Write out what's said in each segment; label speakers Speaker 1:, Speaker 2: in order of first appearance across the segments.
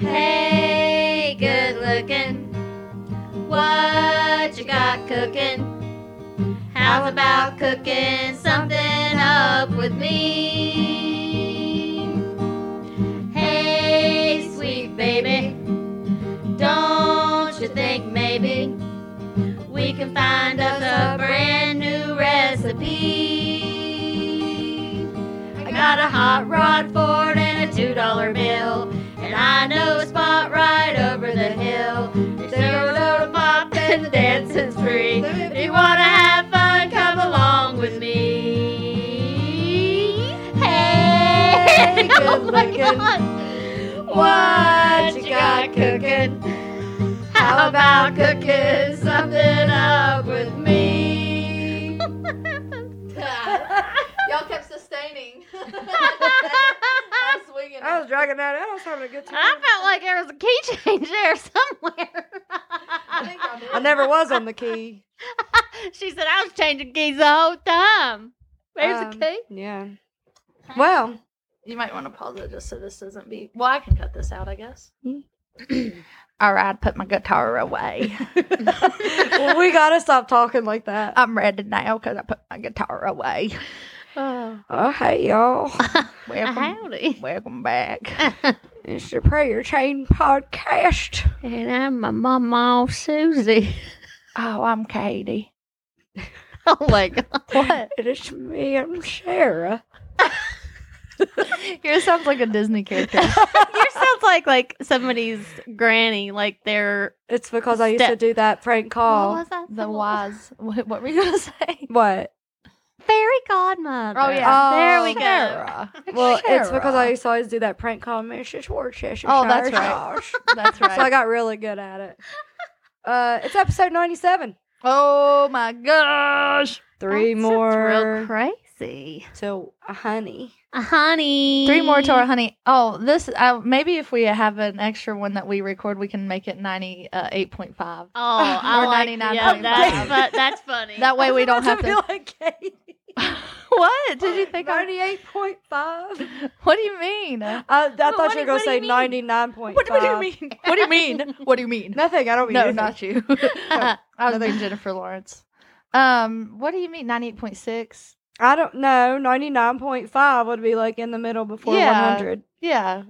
Speaker 1: Hey, good looking. What you got cooking? How about cooking something up with me? Hey, sweet baby. Don't you think maybe we can find us a brand new recipe? I got a hot rod Ford and a two dollar bill, and I know a spot right over the hill. There's no little pop and the dancing's free. If you wanna have fun, come along with me. Hey, oh my God. What you got cooking? How about cooking something up with me?
Speaker 2: Y'all kept sustaining. I was swinging.
Speaker 3: I was
Speaker 2: it.
Speaker 3: dragging that out. I was having a good time.
Speaker 1: I felt like there was a key change there
Speaker 2: I
Speaker 1: somewhere.
Speaker 2: think I did.
Speaker 3: I never was on the key.
Speaker 1: she said I was changing keys the whole time. There's a
Speaker 3: Um,
Speaker 1: key.
Speaker 3: Yeah. Well,
Speaker 2: You might want to pause it just so this doesn't be. Well, I can cut this out, I guess.
Speaker 3: Mm.
Speaker 2: All right, put my guitar away.
Speaker 3: we gotta stop talking like that.
Speaker 2: I'm ready now because I put my guitar away.
Speaker 1: Oh,
Speaker 3: Oh, hey y'all!
Speaker 2: Welcome,
Speaker 1: howdy.
Speaker 2: welcome back.
Speaker 3: It's the Prayer Chain Podcast.
Speaker 1: and I'm my mama Susie.
Speaker 2: Oh, I'm Katie.
Speaker 1: Oh my god.
Speaker 3: What? It is me and Sarah.
Speaker 2: Yours sounds like a Disney character.
Speaker 1: Yours sounds like like somebody's granny, like they're
Speaker 3: It's because I used to
Speaker 1: Step.
Speaker 3: do that prank call.
Speaker 1: what was that?
Speaker 2: the
Speaker 1: song?
Speaker 2: wise. What, what were you gonna say?
Speaker 3: What?
Speaker 1: fairy godmother.
Speaker 2: Oh yeah,
Speaker 3: Oh,
Speaker 1: there we go.
Speaker 2: Sarah.
Speaker 3: Well, it's because I
Speaker 2: Sarah.
Speaker 3: used to always do that prank call, Mrs. Worcestershire.
Speaker 2: Oh, that's right.
Speaker 3: sauce.
Speaker 2: That's
Speaker 3: So I
Speaker 2: right.
Speaker 3: got really good at it. Uh, it's episode ninety-seven.
Speaker 2: oh my gosh.
Speaker 3: Three
Speaker 1: That sounds real
Speaker 3: more
Speaker 1: crazy,
Speaker 3: to a honey.
Speaker 1: honey.
Speaker 2: Three more to our honey. Oh, this uh, maybe if we have an extra one that we record, we can make it ninety uh, eight point five.
Speaker 1: Oh, I
Speaker 2: Or
Speaker 1: like
Speaker 2: 99
Speaker 1: yeah,
Speaker 2: point
Speaker 1: that's,
Speaker 2: five.
Speaker 1: fu- that's funny.
Speaker 2: That way we don't have to.
Speaker 3: like Katie.
Speaker 2: What did you think? I,
Speaker 3: Ninety-eight point five.
Speaker 2: what do you mean? What,
Speaker 3: Uh, I, I thought
Speaker 1: what
Speaker 3: you were
Speaker 1: do- what
Speaker 3: gonna
Speaker 1: do
Speaker 3: say
Speaker 1: you mean?
Speaker 3: ninety-nine point five.
Speaker 2: what do you mean? What do you mean? What do you mean?
Speaker 3: Nothing. I don't mean
Speaker 2: No,
Speaker 3: anything.
Speaker 2: not you. I was being Jennifer Lawrence. Um, what do you mean ninety eight point six?
Speaker 3: I don't know. Ninety-nine point five would be like in the middle before
Speaker 2: Yeah.
Speaker 3: one hundred.
Speaker 2: Yeah.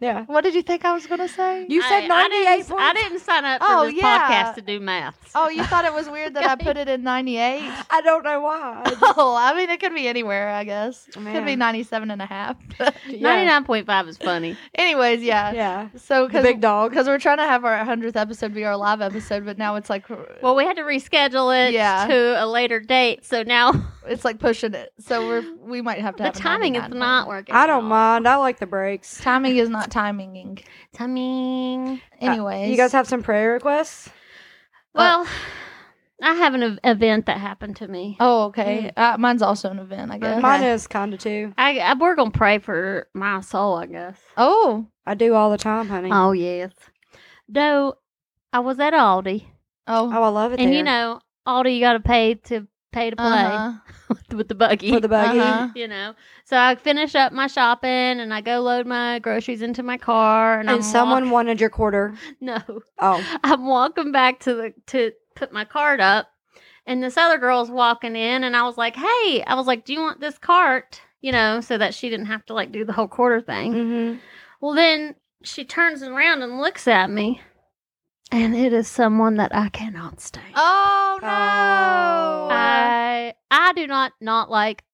Speaker 3: Yeah.
Speaker 2: What did you think I was gonna say?
Speaker 3: You said
Speaker 1: I- I
Speaker 3: ninety-eight
Speaker 1: didn't-
Speaker 3: point.
Speaker 1: I didn't sign up for
Speaker 2: Oh,
Speaker 1: this
Speaker 2: yeah.
Speaker 1: podcast to do maths.
Speaker 2: Oh, you thought it was weird that I put it in 98?
Speaker 3: I don't know why. I just-
Speaker 2: Oh, I mean, it could be anywhere, I guess. It could be
Speaker 3: Man.
Speaker 2: 97 and a half.
Speaker 3: yeah.
Speaker 1: 99.5 is funny.
Speaker 2: Anyways, yeah.
Speaker 3: Yeah.
Speaker 2: So,
Speaker 3: The big
Speaker 2: because
Speaker 3: dog.
Speaker 2: we're trying to have our 100th episode be our live episode, but now it's like,
Speaker 1: Well, we had to reschedule it
Speaker 2: Yeah.
Speaker 1: to a later date, so now
Speaker 2: it's like pushing it. So we're, we might have to
Speaker 1: the
Speaker 2: have a
Speaker 1: timing is
Speaker 2: 99.
Speaker 1: not working.
Speaker 3: I
Speaker 1: at
Speaker 3: don't
Speaker 1: all.
Speaker 3: mind. I like the breaks.
Speaker 2: Timing is not timing.
Speaker 1: Timing.
Speaker 2: Anyways.
Speaker 3: You guys have some prayer requests? Uh,
Speaker 1: Well, I have an ev- event that happened to me.
Speaker 2: Oh, okay. Uh, mine's also an event, I guess.
Speaker 3: Mine is kind of too.
Speaker 1: I, I we're gonna pray for my soul, I guess.
Speaker 2: Oh.
Speaker 3: I do all the time, honey.
Speaker 1: Oh yes. Though I was at Aldi,
Speaker 2: Oh.
Speaker 3: Oh, I love it.
Speaker 1: and you
Speaker 3: there.
Speaker 1: know, Aldi you got to pay to pay to play
Speaker 2: Uh-huh.
Speaker 1: with the buggy.
Speaker 3: for the buggy.
Speaker 2: Uh-huh.
Speaker 1: you know, so I finish up my shopping and I go load my groceries into my car, and,
Speaker 3: And
Speaker 1: I'm
Speaker 3: someone wanted your quarter.
Speaker 1: walk- no,
Speaker 3: Oh,
Speaker 1: I'm walking back to the to put my cart up, and this other girl's walking in, and I was like, "Hey," I was like, "Do you want this cart?" You know, so that she didn't have to like do the whole quarter thing.
Speaker 3: mm-hmm.
Speaker 1: Well, then she turns around and looks at me, and it is someone that I cannot stand.
Speaker 2: Oh, no. Uh,
Speaker 3: Oh.
Speaker 1: I I do not not like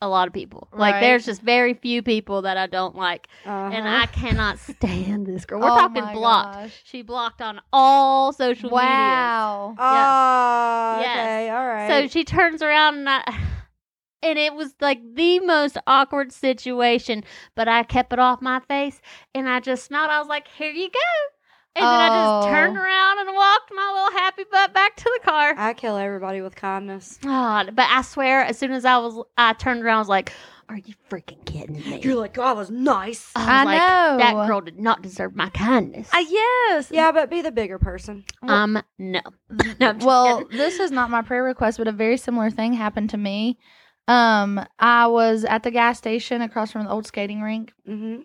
Speaker 1: a lot of people. Like
Speaker 2: Right.
Speaker 1: there's just very few people that I don't like, and
Speaker 3: Uh-huh.
Speaker 1: I cannot stand this girl. We're
Speaker 2: Uh-huh. Oh
Speaker 1: talking
Speaker 2: my
Speaker 1: blocked.
Speaker 2: gosh.
Speaker 1: She blocked on all social media.
Speaker 2: Wow.
Speaker 3: Oh,
Speaker 1: Yes.
Speaker 3: okay, all right.
Speaker 1: So she turns around and I, and it was like the most awkward situation, but I kept it off my face and I just smiled. I was like, here you go. And then I
Speaker 2: Oh.
Speaker 1: just turned around and walked my little happy butt back to the car.
Speaker 3: I kill everybody with kindness.
Speaker 1: God, but I swear, as soon as I was, I turned around, I was like, are you freaking kidding me?
Speaker 3: You're like, oh, I was nice.
Speaker 1: was
Speaker 2: I
Speaker 1: like,
Speaker 2: know.
Speaker 1: That girl did not deserve my kindness.
Speaker 2: Uh, yes.
Speaker 3: yeah, but be the bigger person.
Speaker 1: um, no.
Speaker 3: mm,
Speaker 1: No, I'm just
Speaker 2: Well,
Speaker 1: kidding.
Speaker 2: this is not my prayer request, but a very similar thing happened to me. Um, I was at the gas station across from the old skating rink,
Speaker 3: Mm-hmm.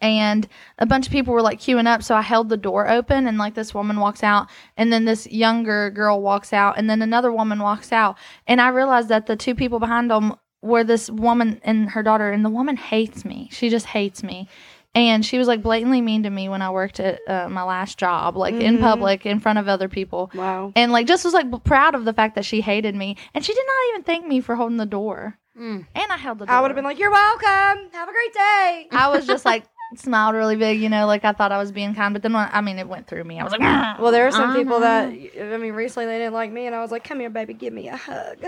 Speaker 2: and a bunch of people were like queuing up so i held the door open and like this woman walks out and then this younger girl walks out and then another woman walks out and i realized that the two people behind them were this woman and her daughter and the woman hates me she just hates me and she was like blatantly mean to me when i worked at uh, my last job like in
Speaker 3: Mhm.
Speaker 2: public in front of other people
Speaker 3: Wow.
Speaker 2: and like just was like b- proud of the fact that she hated me and she did not even thank me for holding the door
Speaker 1: Mm.
Speaker 2: and i held the door
Speaker 3: I would have been like, "You're welcome. Have a great day."
Speaker 2: I was just like smiled really big, you know, like I thought I was being kind, but then when, I mean it went through me. I was like, "Grr."
Speaker 3: Well, there are some
Speaker 1: I
Speaker 3: people that I mean, recently they didn't like me, and I was like, "Come here, baby, give me a hug."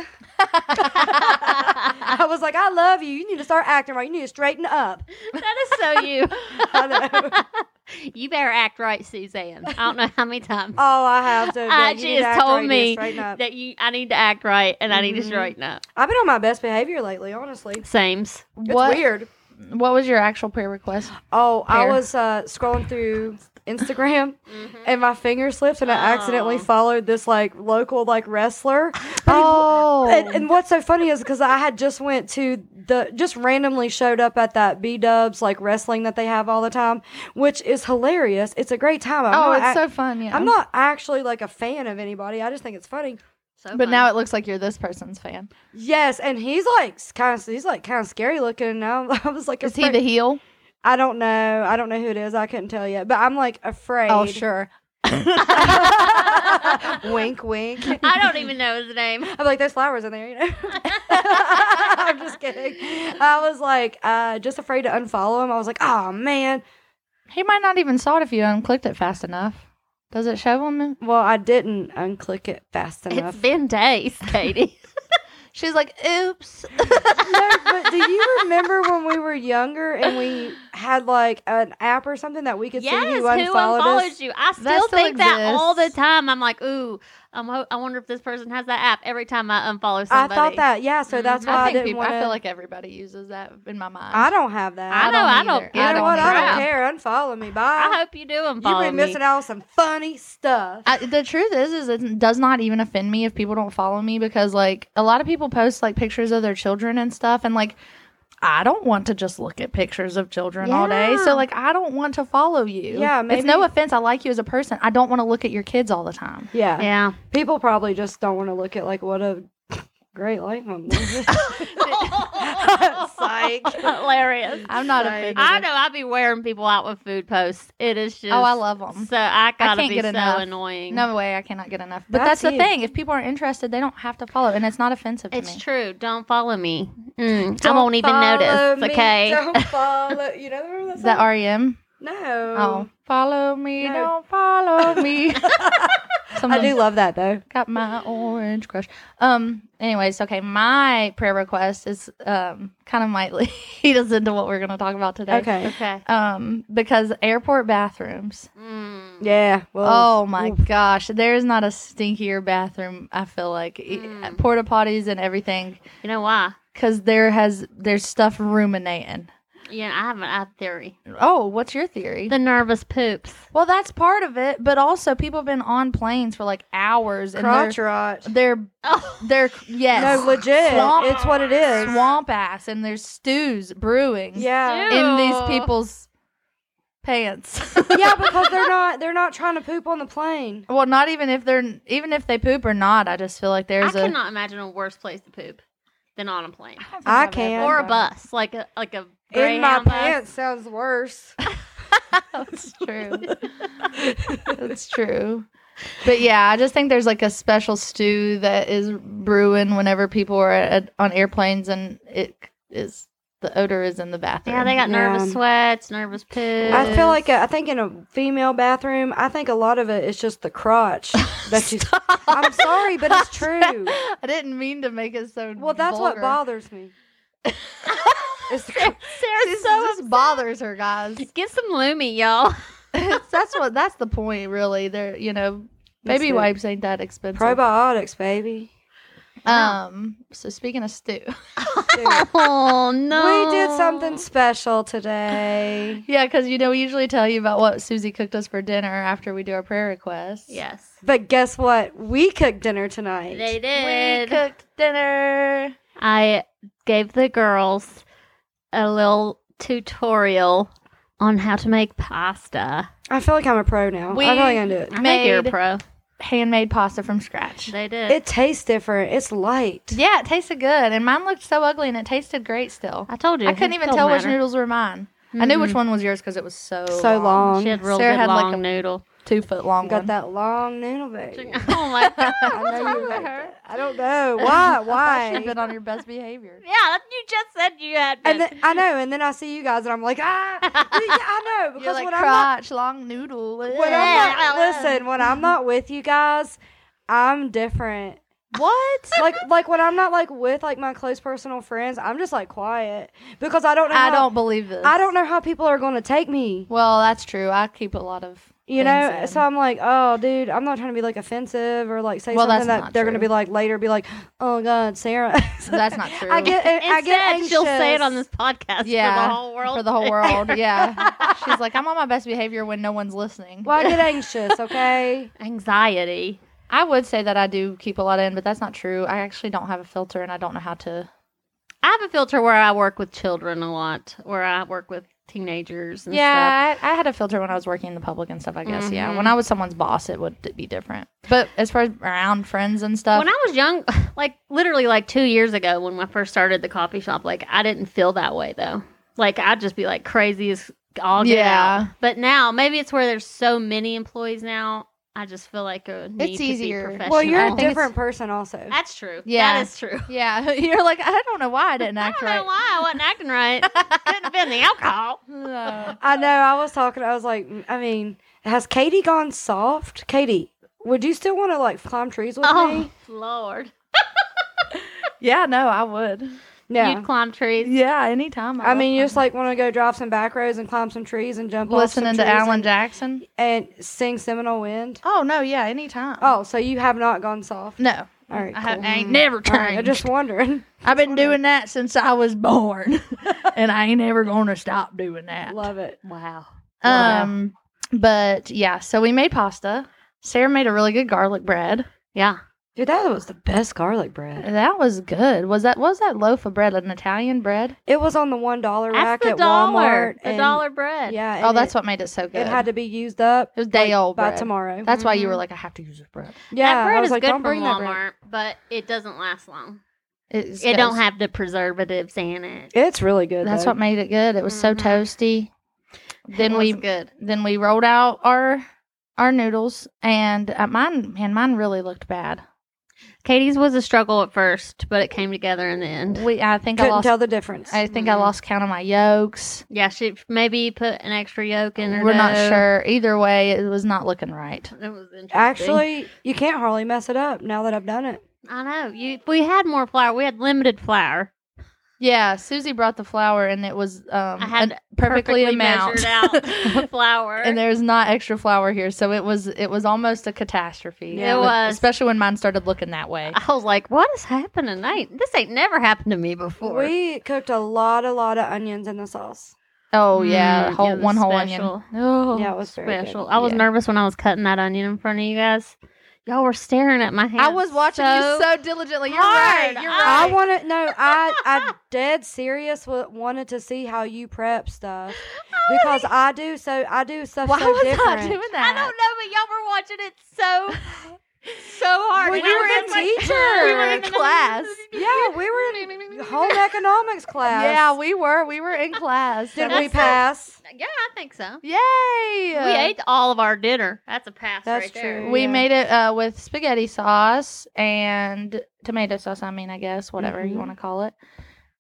Speaker 3: I was like, "I love you. You need to start acting right. You need to straighten up."
Speaker 1: That is so you.
Speaker 3: I know.
Speaker 1: You better act right, Suzanne. I don't know how many times
Speaker 3: Oh, I have to.
Speaker 1: I
Speaker 3: admit, you need to
Speaker 1: just
Speaker 3: act right.
Speaker 1: told
Speaker 3: You need to
Speaker 1: me
Speaker 3: straighten up.
Speaker 1: that you I need to act right and I need to
Speaker 3: Mhm.
Speaker 1: straighten up.
Speaker 3: I've been on my best behavior lately, honestly. It's
Speaker 1: Sames.
Speaker 2: what
Speaker 3: weird.
Speaker 2: what was your actual prayer request?
Speaker 3: Oh, I
Speaker 2: Fair.
Speaker 3: was uh, scrolling through Instagram and my finger slipped and I accidentally
Speaker 1: Oh.
Speaker 3: followed this like local like wrestler.
Speaker 2: Oh.
Speaker 3: And, and what's so funny is because I had just went to the just randomly showed up at that B Dubs like wrestling that they have all the time, which is hilarious. It's a great time. I'm
Speaker 2: oh,
Speaker 3: not
Speaker 2: it's
Speaker 3: ac-
Speaker 2: so fun, yeah.
Speaker 3: I'm not actually like a fan of anybody. I just think it's funny.
Speaker 1: So
Speaker 2: but now it looks like you're this person's fan.
Speaker 3: Yes, and he's like kind of he's like kind of scary looking. And now I was like,
Speaker 2: Is he the
Speaker 3: afraid-
Speaker 2: heel?
Speaker 3: I don't know. I don't know who it is. I couldn't tell yet. But I'm like afraid.
Speaker 2: Oh, sure.
Speaker 3: wink, wink.
Speaker 1: I don't even know his name.
Speaker 3: I'm like, there's flowers in there, you know. I'm just kidding. I was like, uh, just afraid to unfollow him. I was like, oh man.
Speaker 2: He might not even saw it if you unclicked it fast enough. Does it show him?
Speaker 3: Well, I didn't unclick it fast enough.
Speaker 1: It's been days, Katie.
Speaker 2: She's like, "Oops."
Speaker 3: no, but do you remember when we were younger and we had like an app or something that we could
Speaker 1: yes,
Speaker 3: see
Speaker 1: who
Speaker 3: who unfollowed
Speaker 1: unfollows
Speaker 3: us?
Speaker 1: you? I still,
Speaker 2: still
Speaker 1: think that all the
Speaker 2: exists.
Speaker 1: time. I'm like, ooh, I'm ho- I wonder if this person has that app every time I unfollow
Speaker 3: I
Speaker 1: somebody.
Speaker 3: thought that, yeah. So that's
Speaker 1: Mhm.
Speaker 3: why I,
Speaker 2: I think
Speaker 3: didn't
Speaker 2: people,
Speaker 3: want
Speaker 2: I feel like everybody uses that in my mind.
Speaker 3: I don't have that.
Speaker 1: I,
Speaker 2: I
Speaker 1: know.
Speaker 2: don't
Speaker 1: I don't.
Speaker 2: either.
Speaker 1: give
Speaker 2: I
Speaker 3: You
Speaker 1: a
Speaker 3: know what? I
Speaker 1: crap.
Speaker 3: don't care. Unfollow me. Bye.
Speaker 1: I hope you do
Speaker 3: You've
Speaker 1: unfollow
Speaker 3: been missing
Speaker 1: me.
Speaker 3: out on some funny stuff.
Speaker 2: I, the truth is, is it does not even offend me if people don't follow me because like a lot of people post like pictures of their children and stuff, and like I don't want to just look at pictures of children all day.
Speaker 3: Yeah.
Speaker 2: So like I don't want to follow you.
Speaker 3: Yeah,
Speaker 2: it's no
Speaker 3: maybe-
Speaker 2: offense. I like you as a person. I don't want to look at your kids all the time.
Speaker 3: Yeah.
Speaker 1: Yeah.
Speaker 3: People probably just don't want to look at like what a great life I'm living. Psych.
Speaker 1: Hilarious.
Speaker 2: I'm not
Speaker 3: Sorry.
Speaker 2: offended.
Speaker 1: I know. I be wearing people out with food posts. It is just.
Speaker 2: Oh, I love them.
Speaker 1: So I gotta
Speaker 2: can't
Speaker 1: be
Speaker 2: get
Speaker 1: so
Speaker 2: enough.
Speaker 1: annoying.
Speaker 2: No way, I cannot get enough. But
Speaker 3: That's
Speaker 2: that's, the
Speaker 3: you.
Speaker 2: thing. If people aren't interested, they don't have to follow, and it's not offensive to
Speaker 1: it's
Speaker 2: me.
Speaker 1: true. Don't follow me. Mm, I
Speaker 3: Don't
Speaker 1: won't even
Speaker 3: follow
Speaker 1: notice.
Speaker 3: me,
Speaker 1: okay.
Speaker 3: Don't follow. You know remember that song?
Speaker 2: That REM.
Speaker 3: no.
Speaker 2: Oh, follow me,
Speaker 3: No.
Speaker 2: don't follow me.
Speaker 3: I
Speaker 2: Sometimes-
Speaker 3: do love that though.
Speaker 2: Got my orange crush. Um. Anyways, okay. My prayer request is um kind of might lead us into what we're gonna talk about today.
Speaker 3: Okay.
Speaker 1: Okay.
Speaker 2: Um, because airport bathrooms.
Speaker 1: Mm.
Speaker 3: Yeah. Well.
Speaker 2: Oh my
Speaker 3: oof.
Speaker 2: gosh, there is not a stinkier bathroom. I feel like E-
Speaker 1: Mm.
Speaker 2: porta potties and everything,
Speaker 1: You know why?
Speaker 2: because there has there's stuff ruminating.
Speaker 1: Yeah, I have an I have a theory.
Speaker 2: Oh, what's your theory?
Speaker 1: The nervous poops.
Speaker 2: well, that's part of it, but also people have been on planes for like hours and
Speaker 3: crotch
Speaker 2: they're
Speaker 3: rot.
Speaker 2: they're
Speaker 1: Oh.
Speaker 2: they're yes
Speaker 3: No, legit.
Speaker 2: Swamp-
Speaker 3: It's what it is.
Speaker 2: swamp ass and there's stews brewing
Speaker 3: Yeah.
Speaker 1: Ew.
Speaker 2: in these people's pants.
Speaker 3: yeah, because they're not they're not trying to poop on the plane.
Speaker 2: well, not even if they're even if they poop or not, I just feel like
Speaker 1: I
Speaker 2: there's a
Speaker 1: cannot imagine a worse place to poop than on a plane
Speaker 2: don't think
Speaker 3: I
Speaker 2: I've ever
Speaker 3: can.
Speaker 1: or a
Speaker 2: done
Speaker 1: bus, like a like a
Speaker 3: In my
Speaker 1: Greyhound bus.
Speaker 3: pants sounds worse.
Speaker 2: it. That's true. That's true. But yeah, I just think there's like a special stew that is brewing whenever people are at, on airplanes and it is the odor is in the bathroom.
Speaker 1: Yeah, they got nervous
Speaker 3: Yeah.
Speaker 1: sweats, nervous poops.
Speaker 3: I feel like uh, I think in a female bathroom, I think a lot of it is just the crotch that you. I'm sorry, but it's true.
Speaker 2: I didn't mean to make it so.
Speaker 3: Well, that's what
Speaker 2: vulgar.
Speaker 3: bothers me. It's the
Speaker 1: Sarah, Sarah's
Speaker 2: This,
Speaker 1: so
Speaker 2: this bothers her, guys.
Speaker 1: Get some Lumi, y'all.
Speaker 2: that's what. That's the point, really. They're you know,
Speaker 3: That's
Speaker 2: baby
Speaker 3: it.
Speaker 2: wipes ain't that expensive.
Speaker 3: Probiotics, baby.
Speaker 2: Um. So speaking of stew,
Speaker 3: Dude,
Speaker 1: Oh no,
Speaker 3: We did something special today.
Speaker 2: yeah, because you know we usually tell you about what Susie cooked us for dinner after we do our prayer requests.
Speaker 1: Yes,
Speaker 3: But guess what? We cooked dinner tonight.
Speaker 1: they
Speaker 2: we
Speaker 1: did.
Speaker 2: cooked dinner.
Speaker 1: I gave the girls a little tutorial on how to make pasta.
Speaker 3: I feel like I'm a pro now.
Speaker 2: We-
Speaker 3: I feel like I can do it.
Speaker 1: I think you're a
Speaker 2: Made-
Speaker 1: pro.
Speaker 2: Handmade pasta from scratch.
Speaker 1: They did.
Speaker 3: It tastes different. It's light.
Speaker 2: Yeah, it tasted good. And mine looked so ugly and it tasted great still.
Speaker 1: I told you.
Speaker 2: I couldn't
Speaker 1: it
Speaker 2: even
Speaker 1: don't
Speaker 2: tell which
Speaker 1: matter.
Speaker 2: noodles were mine. I knew which one was yours because it was so
Speaker 3: So long.
Speaker 1: She had real
Speaker 2: Sarah
Speaker 1: good
Speaker 2: had, like,
Speaker 1: long
Speaker 2: a-
Speaker 1: noodle.
Speaker 2: two foot long.
Speaker 3: Got
Speaker 2: one.
Speaker 3: that long noodle baby.
Speaker 1: oh my god.
Speaker 3: I know you like
Speaker 2: her?
Speaker 3: that. I don't know why.
Speaker 2: I should have
Speaker 3: Why?
Speaker 2: been on your best behavior.
Speaker 1: Yeah, you just said you had.
Speaker 3: And
Speaker 1: been.
Speaker 3: then, I know. And then I see you guys, and I'm like, ah, yeah, I know.
Speaker 2: You're
Speaker 3: Because
Speaker 2: like
Speaker 3: when I'm not,
Speaker 2: crotch, long noodle.
Speaker 3: when I'm not, listen, when I'm not with you guys, I'm different.
Speaker 2: what?
Speaker 3: Like, like when I'm not like with like my close personal friends, I'm just like quiet because I don't know. how-
Speaker 2: I don't believe this.
Speaker 3: I don't know how people are going to take me.
Speaker 2: Well, that's true. I keep a lot of.
Speaker 3: You
Speaker 2: things
Speaker 3: know,
Speaker 2: in.
Speaker 3: so I'm like, oh, dude, I'm not trying to be like offensive or like say
Speaker 2: Well, that's
Speaker 3: something
Speaker 2: not
Speaker 3: that they're going to
Speaker 2: true.
Speaker 3: be like later, be like, oh God, Sarah.
Speaker 2: That's not true.
Speaker 3: I get, I
Speaker 1: Instead,
Speaker 3: get anxious.
Speaker 1: she'll say it on this podcast for
Speaker 2: Yeah,
Speaker 1: the whole world.
Speaker 2: for the whole world. Yeah, she's like, I'm on my best behavior when no one's listening.
Speaker 3: Well, I get anxious, okay?
Speaker 1: Anxiety.
Speaker 2: I would say that I do keep a lot in, but that's not true. I actually don't have a filter, and I don't know how to.
Speaker 1: I have a filter where I work with children a lot, where I work with teenagers and stuff.
Speaker 2: Yeah, I, I had a filter when I was working in the public and stuff. I guess yeah. When I was someone's boss, it would be different. But as far as around friends and stuff,
Speaker 1: When I was young, like literally like two years ago when I first started the coffee shop, like I didn't feel that way though. Like I'd just be like crazy as all get
Speaker 2: Yeah.
Speaker 1: out. But now maybe it's where there's so many employees now. I just feel like a need
Speaker 2: It's easier.
Speaker 1: To be
Speaker 2: Well,
Speaker 1: professional.
Speaker 3: Well, you're
Speaker 2: I
Speaker 3: a
Speaker 2: think it's-
Speaker 3: different person, also.
Speaker 1: That's true.
Speaker 2: Yeah.
Speaker 1: that is true.
Speaker 2: yeah, you're like, I don't know why I didn't
Speaker 1: I
Speaker 2: act
Speaker 1: don't
Speaker 2: right.
Speaker 1: know why I wasn't acting right. Couldn't have been the alcohol.
Speaker 2: No.
Speaker 3: I know. I was talking. I was like, I mean, has Katie gone soft? Katie, would you still want to like climb trees with
Speaker 1: Oh
Speaker 3: me?
Speaker 1: Lord,
Speaker 2: yeah, no, I would.
Speaker 1: you'd
Speaker 3: No.
Speaker 1: climb trees.
Speaker 2: Yeah, anytime.
Speaker 3: I
Speaker 2: love
Speaker 3: mean, you
Speaker 2: that.
Speaker 3: just like want to go drive some back roads and climb some trees and jump off some
Speaker 2: listening to
Speaker 3: trees
Speaker 2: Alan
Speaker 3: and,
Speaker 2: Jackson.
Speaker 3: and sing Seminole Wind.
Speaker 2: Oh no, yeah, anytime.
Speaker 3: Oh, so you have not gone soft?
Speaker 2: no,
Speaker 3: All right,
Speaker 2: I,
Speaker 3: cool.
Speaker 2: have, I ain't never
Speaker 3: All right,
Speaker 2: changed.
Speaker 3: I'm just wondering.
Speaker 2: I've been doing that since I was born, and I ain't ever gonna stop doing that.
Speaker 3: Love it.
Speaker 1: Wow.
Speaker 2: Um, but yeah, so we made pasta. Sarah made a really good garlic bread.
Speaker 1: Yeah.
Speaker 3: Dude, that was the best garlic bread.
Speaker 2: That was good. Was that what was that loaf of bread? An Italian bread?
Speaker 3: It was on the one dollar rack
Speaker 1: That's the
Speaker 3: at
Speaker 1: dollar.
Speaker 3: Walmart.
Speaker 1: The
Speaker 3: and-
Speaker 1: dollar bread.
Speaker 3: Yeah.
Speaker 2: oh,
Speaker 3: and it,
Speaker 2: that's what made it so good.
Speaker 3: It had to be used up.
Speaker 2: It was day
Speaker 3: like,
Speaker 2: old
Speaker 3: by
Speaker 2: bread.
Speaker 3: tomorrow. Mm-hmm.
Speaker 2: That's why you were like, I have to use this bread.
Speaker 3: yeah,
Speaker 1: that
Speaker 3: I
Speaker 1: bread
Speaker 3: was
Speaker 1: is
Speaker 3: like,
Speaker 1: good
Speaker 3: don't
Speaker 1: from
Speaker 3: bring that bread.
Speaker 1: Walmart, but it doesn't last long.
Speaker 2: It's
Speaker 1: It don't
Speaker 2: good.
Speaker 1: have the preservatives in it.
Speaker 3: It's really good.
Speaker 2: That's
Speaker 3: though.
Speaker 2: what made it good. Mm-hmm. It was so
Speaker 1: Mhm.
Speaker 2: toasty. Then
Speaker 1: It
Speaker 2: we
Speaker 1: was good.
Speaker 2: then we rolled out our our noodles and uh, mine man mine really looked bad.
Speaker 1: Katie's was a struggle at first, but it came together in the end.
Speaker 2: We I think I
Speaker 3: couldn't
Speaker 2: lost
Speaker 3: tell the difference.
Speaker 2: I think I
Speaker 1: Mhm.
Speaker 2: lost count of my yolks.
Speaker 1: Yeah, she maybe put an extra yolk in her.
Speaker 2: We're not
Speaker 1: dough.
Speaker 2: sure. Either way, it was not looking right.
Speaker 1: It was interesting.
Speaker 3: Actually, you can't hardly mess it up now that I've done it.
Speaker 1: I know you. We had more flour. We had limited flour.
Speaker 2: Yeah, Susie brought the flour and it was um
Speaker 1: I had
Speaker 2: an- perfectly, amount.
Speaker 1: measured out flour.
Speaker 2: and there's not extra flour here, so it was it was almost a catastrophe.
Speaker 3: Yeah. It
Speaker 1: was. Ah.
Speaker 2: especially when mine started looking that way.
Speaker 1: I was like, "What is happening tonight? This ain't never happened to me before."
Speaker 3: We cooked a lot, a lot of onions in the sauce.
Speaker 2: Oh yeah,
Speaker 1: Mm,
Speaker 2: whole,
Speaker 1: it was
Speaker 2: one whole
Speaker 1: special.
Speaker 2: onion. Oh,
Speaker 3: yeah, it was very good.
Speaker 1: special. I was
Speaker 2: Yeah.
Speaker 1: nervous when I was cutting that onion in front of you guys. Y'all were staring at my hand.
Speaker 2: I was watching
Speaker 1: so-
Speaker 2: you so diligently. You're
Speaker 1: hard.
Speaker 2: right. You're
Speaker 1: I
Speaker 2: right.
Speaker 3: I want to no, I I dead serious wa- wanted to see how you prep stuff because I do so I do stuff
Speaker 2: Oh, Why
Speaker 3: so
Speaker 2: was
Speaker 3: different.
Speaker 2: I doing
Speaker 1: I
Speaker 2: that?
Speaker 1: don't know, but y'all were watching it so, so hard.
Speaker 3: Well,
Speaker 1: We
Speaker 3: you
Speaker 1: were
Speaker 3: were
Speaker 1: in
Speaker 3: the
Speaker 1: my-
Speaker 3: teacher.
Speaker 1: we were in
Speaker 2: Class.
Speaker 3: Yeah, we were in home economics class.
Speaker 2: Yeah, we were. We were in class.
Speaker 3: did
Speaker 2: That
Speaker 3: we
Speaker 2: was-
Speaker 3: pass?
Speaker 1: Yeah, I think so.
Speaker 2: Yay!
Speaker 1: We ate all of our dinner. That's a pass
Speaker 3: That's
Speaker 1: right there.
Speaker 3: true.
Speaker 2: We
Speaker 3: Yeah.
Speaker 2: made it uh, with spaghetti sauce and tomato sauce. I mean, I guess whatever you
Speaker 3: Mhm.
Speaker 2: want to call it.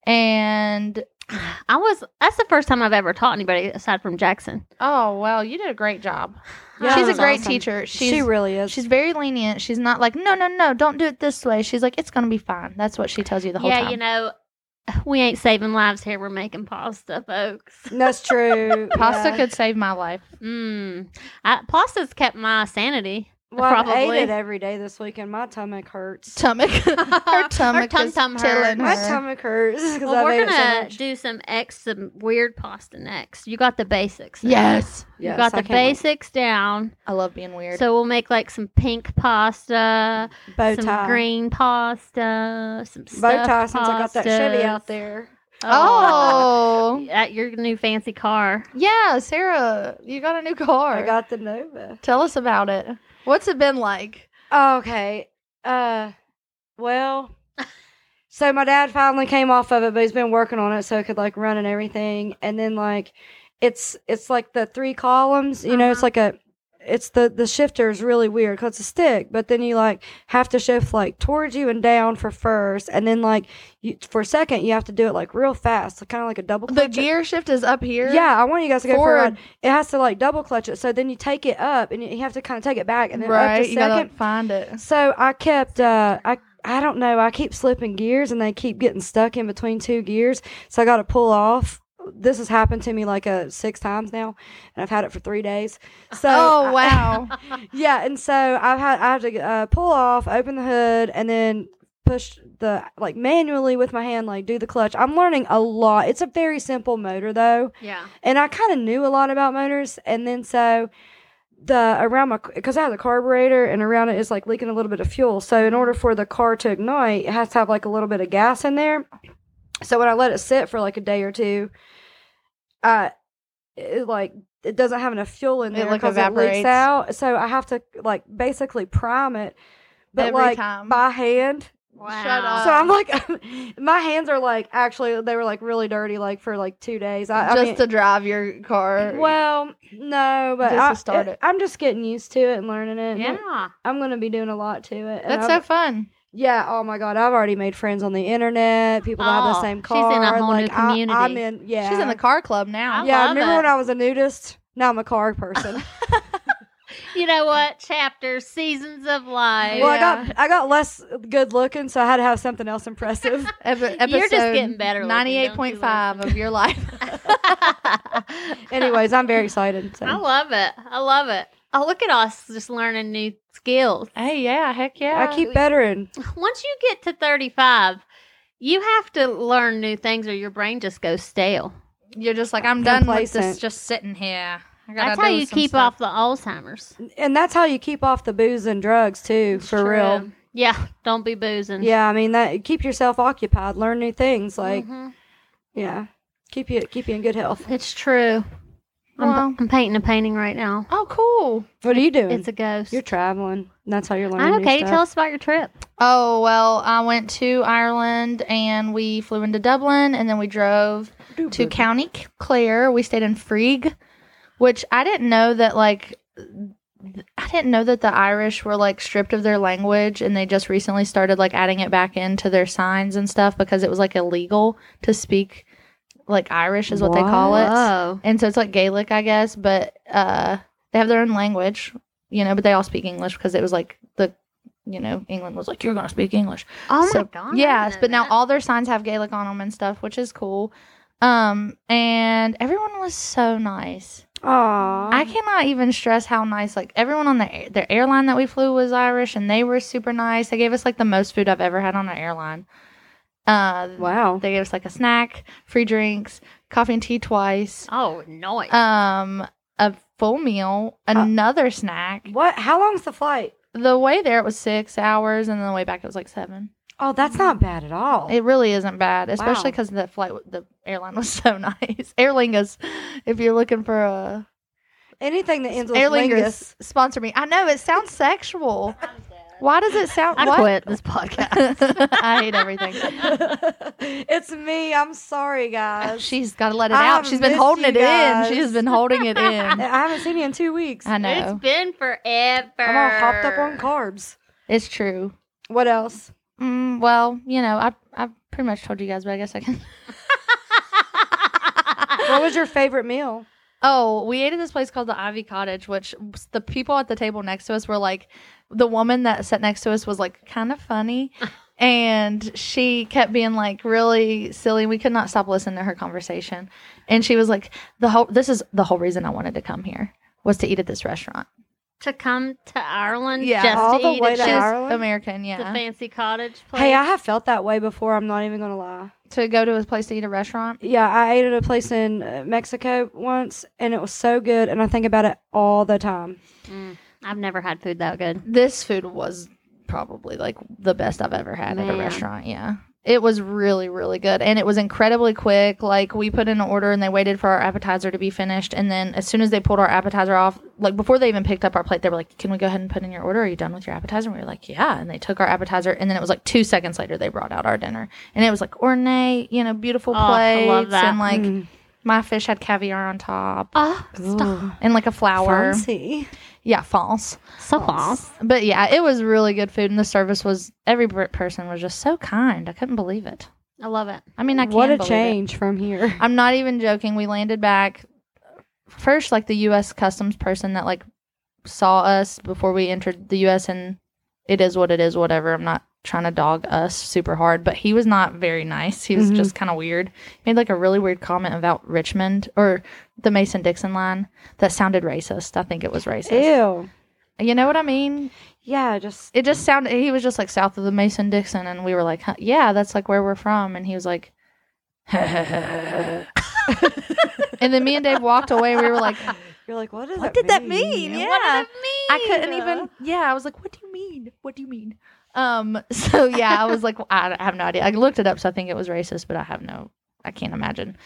Speaker 2: And
Speaker 1: I was. That's the first time I've ever taught anybody aside from Jackson.
Speaker 2: oh well, you did a great job.
Speaker 3: Yeah,
Speaker 2: she's
Speaker 3: that
Speaker 2: a
Speaker 3: was
Speaker 2: great
Speaker 3: awesome.
Speaker 2: teacher. She's
Speaker 3: she really is.
Speaker 2: she's very lenient. She's not like no no no, don't do it this way. She's like it's gonna be fine. That's what she tells you the whole
Speaker 1: yeah,
Speaker 2: time.
Speaker 1: you know, we ain't saving lives here. We're making pasta, folks.
Speaker 3: That's true.
Speaker 2: Pasta
Speaker 3: yeah.
Speaker 2: could save my life.
Speaker 1: Mmm. Pasta's kept my sanity.
Speaker 3: Well, I
Speaker 1: probably.
Speaker 3: ate it every day this week, and my stomach hurts.
Speaker 2: Stomach, her tummy,
Speaker 1: tum tum
Speaker 2: telling
Speaker 1: hurts.
Speaker 3: My
Speaker 2: her.
Speaker 3: stomach hurts because
Speaker 1: Well,
Speaker 3: I
Speaker 1: we're
Speaker 3: ate it so
Speaker 1: gonna
Speaker 3: much.
Speaker 1: do some ex some weird pasta next. You got the basics. now.
Speaker 2: Yes,
Speaker 1: you
Speaker 3: Yes,
Speaker 1: got
Speaker 3: I
Speaker 1: the
Speaker 3: can't wait.
Speaker 1: basics down.
Speaker 2: I love being weird.
Speaker 1: So we'll make like some pink pasta,
Speaker 3: bow
Speaker 1: some
Speaker 3: tie.
Speaker 1: green pasta, some
Speaker 3: bow tie. Since
Speaker 1: stuffed
Speaker 3: I got that Chevy
Speaker 1: pastas.
Speaker 3: out there.
Speaker 2: Oh.
Speaker 1: At your new fancy car.
Speaker 2: yeah, Sarah, you got a new car.
Speaker 3: I got the Nova.
Speaker 2: Tell us about it. What's it been like?
Speaker 3: Okay. Uh, well, so my dad finally came off of it, but he's been working on it so it could like run and everything. And then like, it's it's like the three columns. You know, it's
Speaker 2: Mm-hmm.
Speaker 1: Uh-huh.
Speaker 3: like a, it's the the shifter is really weird because it's a stick, but then you like have to shift like towards you and down for first, and then like you, for second you have to do it like real fast, kind of like a double.
Speaker 2: The
Speaker 3: clutch it.
Speaker 2: gear shift is up here.
Speaker 3: Yeah, I want you guys to go for a
Speaker 2: Forward.
Speaker 3: ride. It has to like double clutch it, so then you take it up and you you have to kind of take it back and then up
Speaker 2: right.
Speaker 3: to
Speaker 2: You
Speaker 3: 2nd
Speaker 2: gotta like, find it.
Speaker 3: so I kept uh I I don't know, I keep slipping gears and they keep getting stuck in between two gears. So I gotta pull off. This has happened to me like uh six times now and I've had it for three days. So
Speaker 2: oh wow.
Speaker 3: yeah, and so I've had I have to uh, pull off, open the hood, and then push the like manually with my hand, like do the clutch. I'm learning a lot. It's a very simple motor though
Speaker 1: Yeah.
Speaker 3: and I kind of knew a lot about motors. And then so the around my because I have the carburetor and around it is like leaking a little bit of fuel. So in order for the car to ignite, it has to have like a little bit of gas in there. So when I let it sit for like a day or two, uh, it like it doesn't have enough fuel in
Speaker 2: It,
Speaker 3: there
Speaker 2: like,
Speaker 3: because it, leaks
Speaker 2: evaporates.
Speaker 3: out. So I have to like basically prime it, but
Speaker 2: Every
Speaker 3: like
Speaker 2: time. Uh.
Speaker 3: by hand.
Speaker 1: Wow.
Speaker 2: up.
Speaker 3: So I'm like, my hands are like actually they were like really dirty like for like two days. I, I
Speaker 2: just
Speaker 3: mean-
Speaker 2: to drive your car.
Speaker 3: well, no, but
Speaker 2: Just to
Speaker 3: I,
Speaker 2: start it.
Speaker 3: am just getting used to it and learning it. and
Speaker 1: yeah.
Speaker 3: I'm gonna be doing a lot to it. and
Speaker 2: That's
Speaker 3: I'm-
Speaker 2: so fun.
Speaker 3: yeah. Oh my god, I've already made friends on the internet. People that have
Speaker 1: Oh,
Speaker 3: the same
Speaker 1: she's in a
Speaker 3: car.
Speaker 1: whole new
Speaker 3: like, I, am
Speaker 1: community.
Speaker 3: in. Yeah,
Speaker 2: She's in the car club now.
Speaker 1: I
Speaker 3: yeah.
Speaker 1: love
Speaker 3: remember
Speaker 1: it.
Speaker 3: when I was a nudist? Now I'm a car person.
Speaker 1: You know what? Chapters, seasons of life.
Speaker 3: well, I got I got less good looking, so I had to have something else impressive.
Speaker 2: Epi- episode
Speaker 1: You're just getting better looking, don't you,
Speaker 2: 98.5 of your life.
Speaker 3: Anyways, I'm very excited. So.
Speaker 1: I love it. I love it. Oh, look at us just learning new skills.
Speaker 2: hey, yeah, heck yeah.
Speaker 3: I keep bettering.
Speaker 1: Once you get to 35, you have to learn new things or your brain just goes stale.
Speaker 2: You're just like, I'm done with this
Speaker 3: Complacent.
Speaker 2: just sitting here. I gotta
Speaker 1: That's how
Speaker 2: do
Speaker 1: you
Speaker 2: some
Speaker 1: keep
Speaker 2: stuff.
Speaker 1: off the Alzheimer's.
Speaker 3: And that's how you keep off the booze and drugs too, for real.
Speaker 1: True. Yeah. Don't be boozing.
Speaker 3: Yeah, I mean that keep yourself occupied, learn new things like
Speaker 1: Mhm.
Speaker 2: Mm-hmm.
Speaker 3: Yeah. Keep you keep you in good health.
Speaker 1: it's true. I'm,
Speaker 2: Well.
Speaker 1: I'm painting a painting right now.
Speaker 2: Oh, cool.
Speaker 3: What are you doing?
Speaker 1: It's a ghost.
Speaker 3: You're traveling. That's how you're
Speaker 1: I
Speaker 3: learning.
Speaker 1: know,
Speaker 3: new
Speaker 1: Katie.
Speaker 3: stuff.
Speaker 1: Tell us about your trip.
Speaker 2: Oh, well, I went to Ireland and we flew into Dublin and then we drove to County Clare. We stayed in Frigg, which I didn't know that like th- I didn't know that the Irish were like stripped of their language and they just recently started like adding it back into their signs and stuff because it was like illegal to speak like Irish is what, they call it.
Speaker 1: Oh,
Speaker 2: And so it's like Gaelic, I guess, but uh they have their own language, you know, but they all speak English because it was like the you know, England was like, You're gonna speak English.
Speaker 1: oh my
Speaker 2: So-
Speaker 1: god.
Speaker 2: Yes, but now
Speaker 1: all-
Speaker 2: all their signs have Gaelic on them and stuff, which is cool. Um, and everyone was so nice.
Speaker 3: Aw.
Speaker 2: I cannot even stress how nice. Like everyone on the the airline that we flew was Irish, and they were super nice. They gave us like the most food I've ever had on an airline. Uh,
Speaker 3: Wow.
Speaker 2: they gave us like a snack, free drinks, coffee and tea twice.
Speaker 1: oh noise.
Speaker 3: Uh,
Speaker 2: Um, a full meal, another snack.
Speaker 3: What how long's the flight?
Speaker 2: The way there it was six hours, and then the way back it was like seven.
Speaker 3: Oh, that's not bad at all.
Speaker 2: It really isn't bad, especially
Speaker 3: Oh. Wow.
Speaker 2: because the flight, w- the airline was so nice. Aer Lingus, if you're looking for a
Speaker 3: Anything that ends with
Speaker 2: Aer
Speaker 3: lingus.
Speaker 2: Lingus, sponsor me. I know it sounds sexual. Why does it sound?
Speaker 1: I
Speaker 2: what?
Speaker 1: quit this podcast.
Speaker 2: I hate everything.
Speaker 3: it's me. I'm sorry, guys.
Speaker 2: She's got to let it
Speaker 3: I
Speaker 2: out.
Speaker 3: have
Speaker 2: She's been
Speaker 3: missed
Speaker 2: holding
Speaker 3: you
Speaker 2: it in. She has been holding it
Speaker 3: I
Speaker 2: in.
Speaker 3: haven't seen you in two weeks.
Speaker 2: I
Speaker 1: It's
Speaker 2: know.
Speaker 1: been forever.
Speaker 3: I'm all hopped up on carbs.
Speaker 2: It's true.
Speaker 3: What else?
Speaker 2: Mm, well, you know, I I pretty much told you guys, but I guess I can.
Speaker 3: What was your favorite meal?
Speaker 2: Oh, we ate at this place called the Ivy Cottage, which s- the people at the table next to us were like, the woman that sat next to us was like kind of funny. And she kept being like really silly. We could not stop listening to her conversation. And she was like, the whole, this is the whole reason I wanted to come here was to eat at this restaurant.
Speaker 1: to come to Ireland
Speaker 2: Yeah,
Speaker 1: just
Speaker 3: all
Speaker 1: to
Speaker 3: the
Speaker 1: eat
Speaker 3: way
Speaker 1: at
Speaker 3: to
Speaker 1: this-
Speaker 3: Ireland?
Speaker 2: American,
Speaker 1: the
Speaker 2: yeah.
Speaker 1: fancy cottage place.
Speaker 3: Hey, I have felt that way before. I'm not even gonna lie.
Speaker 2: To go to a place to eat a restaurant.
Speaker 3: Yeah, I ate at a place in uh, Mexico once, and it was so good. And I think about it all the time.
Speaker 1: Mm, I've never had food that good.
Speaker 2: This food was probably like the best I've ever had at
Speaker 1: Man.
Speaker 2: a restaurant, yeah. It was really, really good. And it was incredibly quick. Like, we put in an order and they waited for our appetizer to be finished. And then, as soon as they pulled our appetizer off, like, before they even picked up our plate, they were like, Can we go ahead and put in your order? Are you done with your appetizer? And we were like, Yeah. And they took our appetizer. And then it was like two seconds later, they brought out our dinner. And it was like ornate, you know, beautiful
Speaker 1: Oh, I
Speaker 2: plates.
Speaker 1: love that.
Speaker 2: And like,
Speaker 3: Mm.
Speaker 2: my fish had caviar on top
Speaker 1: Oh,
Speaker 3: Ooh,
Speaker 2: and like a flower.
Speaker 3: fancy.
Speaker 2: Yeah, false.
Speaker 1: so false.
Speaker 2: But yeah, it was really good food, and the service was every per- person was just so kind. I couldn't believe it.
Speaker 1: I love it.
Speaker 2: I mean, I can't.
Speaker 3: What a
Speaker 2: believe
Speaker 3: change from here.
Speaker 2: It. I'm not even joking. We landed back first, like the U.S. customs person that like saw us before we entered the U.S. and it is what it is. Whatever. I'm not trying to dog us super hard, but he was not very nice. He was
Speaker 3: Mhm.
Speaker 2: just kind of weird. made like a really weird comment about Richmond or the Mason Dixon line that sounded racist. I think it was racist.
Speaker 3: Ew.
Speaker 2: You know what I mean?
Speaker 3: Yeah, just
Speaker 2: it just sounded he was just like south of the mason dixon and we were like huh, yeah that's like where we're from and he was like and then me and dave walked away we were like
Speaker 3: you're like, what, does
Speaker 1: What
Speaker 3: that
Speaker 1: did that
Speaker 3: mean?
Speaker 1: mean?
Speaker 2: Yeah.
Speaker 1: What does it mean?
Speaker 2: i couldn't even yeah i was like what do you mean what do you mean um so yeah i was like I, I have no idea i looked it up so i think it was racist but i have no i can't imagine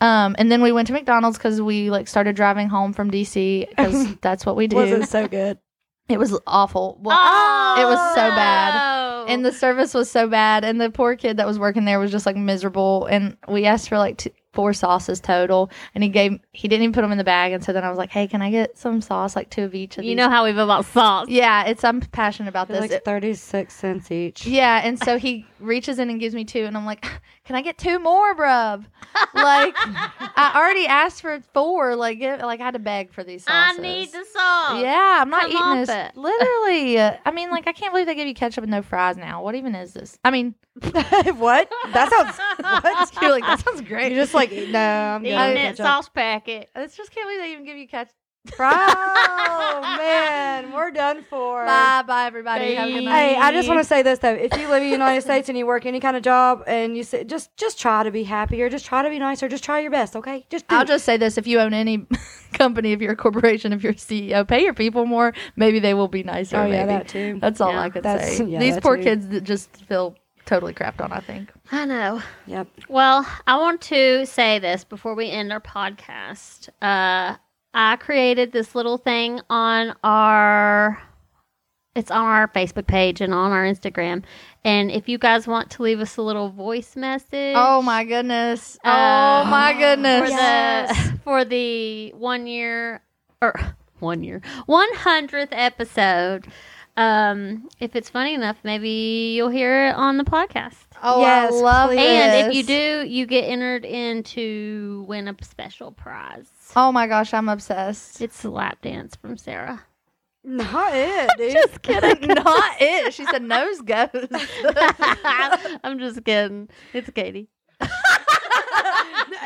Speaker 2: um and then we went to mcdonald's because we like started driving home from dc because that's what we do
Speaker 3: Was it so good?
Speaker 2: it was awful well,
Speaker 1: Oh,
Speaker 2: it was so bad.
Speaker 1: no.
Speaker 2: and the service was so bad and the poor kid that was working there was just like miserable and we asked for like two, four sauces total and he gave he didn't even put them in the bag and so then i was like hey can i get some sauce like two of each of
Speaker 1: you
Speaker 2: these?"
Speaker 1: know how we feel about salt.
Speaker 2: yeah it's i'm passionate about
Speaker 3: They're
Speaker 2: this
Speaker 3: like
Speaker 2: It-
Speaker 3: thirty six cents each.
Speaker 2: yeah and so he reaches in and gives me two and i'm like can i get two more bruv like i already asked for four like get, like i had to beg for these
Speaker 1: I
Speaker 2: sauces
Speaker 1: need the salt.
Speaker 2: yeah, I'm not
Speaker 1: Come off
Speaker 2: eating this.
Speaker 1: it.
Speaker 2: Literally, uh, I mean, like, I can't believe they give you ketchup and no fries now. What even is this? I mean,
Speaker 3: what? That sounds. What?
Speaker 2: you're like, that sounds great.
Speaker 3: You're just like, no, I'm
Speaker 1: Eating
Speaker 3: good.
Speaker 2: I-
Speaker 1: that sauce packet.
Speaker 2: I just can't believe they even give you ketchup.
Speaker 3: Oh man, we're done for.
Speaker 2: Bye, bye, everybody. Have a good
Speaker 1: Bye.
Speaker 2: night.
Speaker 3: Hey, I just want to say this though: if you live in the United States and you work any kind of job, and you say, just just try to be happier, just try to be nicer, just try your best, okay? Just do.
Speaker 2: I'll
Speaker 3: it.
Speaker 2: just say this: if you own any company, if you're a corporation, if you're a CEO, pay your people more. Maybe they will be nicer.
Speaker 3: oh yeah,
Speaker 2: maybe.
Speaker 3: that too.
Speaker 2: that's all
Speaker 1: Yeah,
Speaker 2: I could
Speaker 3: that's-
Speaker 2: say.
Speaker 3: yeah,
Speaker 2: These
Speaker 3: that
Speaker 2: poor
Speaker 3: too.
Speaker 2: kids that just feel totally crapped on. I think.
Speaker 1: I know.
Speaker 3: Yep.
Speaker 1: Well, I want to say this before we end our podcast. Uh, I created this little thing on our it's on our Facebook page and on our Instagram. And if you guys want to leave us a little voice message,
Speaker 2: Oh my goodness.
Speaker 1: Uh,
Speaker 2: oh my
Speaker 1: for
Speaker 2: goodness.
Speaker 3: Yes.
Speaker 1: the for the one year or one year one hundredth episode. Um, if it's funny enough, maybe you'll hear it on the podcast.
Speaker 2: Oh,
Speaker 3: Yes,
Speaker 2: I love
Speaker 3: please.
Speaker 2: this.
Speaker 1: And if you do, you get entered in to win a special prize.
Speaker 2: Oh my gosh, I'm obsessed.
Speaker 1: It's a lap dance from Sarah.
Speaker 3: Not it, dude.
Speaker 1: Just kidding.
Speaker 2: Not it. She said nose goes.
Speaker 1: I'm just kidding. It's Katie.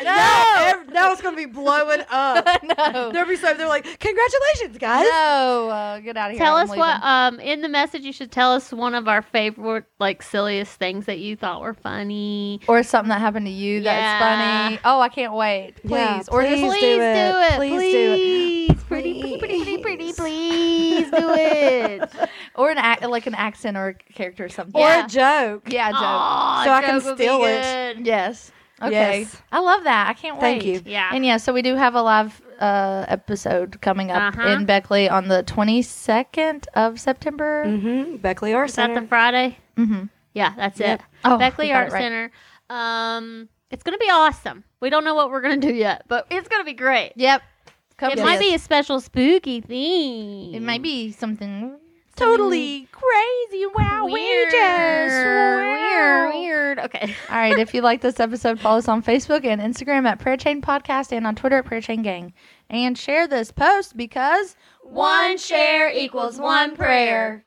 Speaker 3: no, ev- now it's gonna be blowing up.
Speaker 2: no.
Speaker 3: There'll be some. They're like, congratulations, guys.
Speaker 2: No, uh, get out of here.
Speaker 1: Tell
Speaker 2: I'm
Speaker 1: us what um in the message you should tell us one of our favorite like silliest things that you thought were funny.
Speaker 2: leaving. or something that happened to you
Speaker 1: Yeah.
Speaker 2: that's funny. Oh, I can't wait. Please.
Speaker 3: Yeah,
Speaker 2: or
Speaker 3: please.
Speaker 2: just
Speaker 1: Please
Speaker 3: do it. Please do it.
Speaker 1: Please. Pretty, pretty, pretty, pretty, pretty, please do it.
Speaker 2: or an ac- like an accent or a character or something.
Speaker 3: Or
Speaker 1: Yeah.
Speaker 3: a joke.
Speaker 2: yeah, joke.
Speaker 1: Aw,
Speaker 3: So I can
Speaker 1: joke would be
Speaker 3: steal it.
Speaker 1: good.
Speaker 2: yes. Okay.
Speaker 3: Yes.
Speaker 2: I love that. I can't
Speaker 3: Thank
Speaker 2: wait.
Speaker 3: you.
Speaker 1: Yeah.
Speaker 2: And yeah, so we do have a live uh, episode coming up
Speaker 1: Uh-huh.
Speaker 2: in Beckley on the 22nd of September.
Speaker 1: Mm.
Speaker 3: Mm-hmm. Beckley R.
Speaker 1: Is that the
Speaker 3: Center.
Speaker 1: Friday?
Speaker 2: Mm-hmm.
Speaker 1: Yeah, that's
Speaker 3: Yep.
Speaker 1: it.
Speaker 2: Oh,
Speaker 1: Beckley
Speaker 2: you got
Speaker 1: Art
Speaker 2: it right.
Speaker 1: Center. Um, it's gonna be awesome. We don't know what we're gonna do yet, but it's gonna be great.
Speaker 2: Yep. Come
Speaker 1: It
Speaker 2: to
Speaker 1: might
Speaker 2: us.
Speaker 1: be a special spooky theme.
Speaker 2: It might be something
Speaker 1: totally
Speaker 2: crazy. Wow,
Speaker 1: weird. Weird, weird. Okay.
Speaker 2: All right. If you like this episode, follow us on Facebook and Instagram at Prayer Chain Podcast and on Twitter at Prayer Chain Gang. And share this post because
Speaker 1: One share equals one prayer.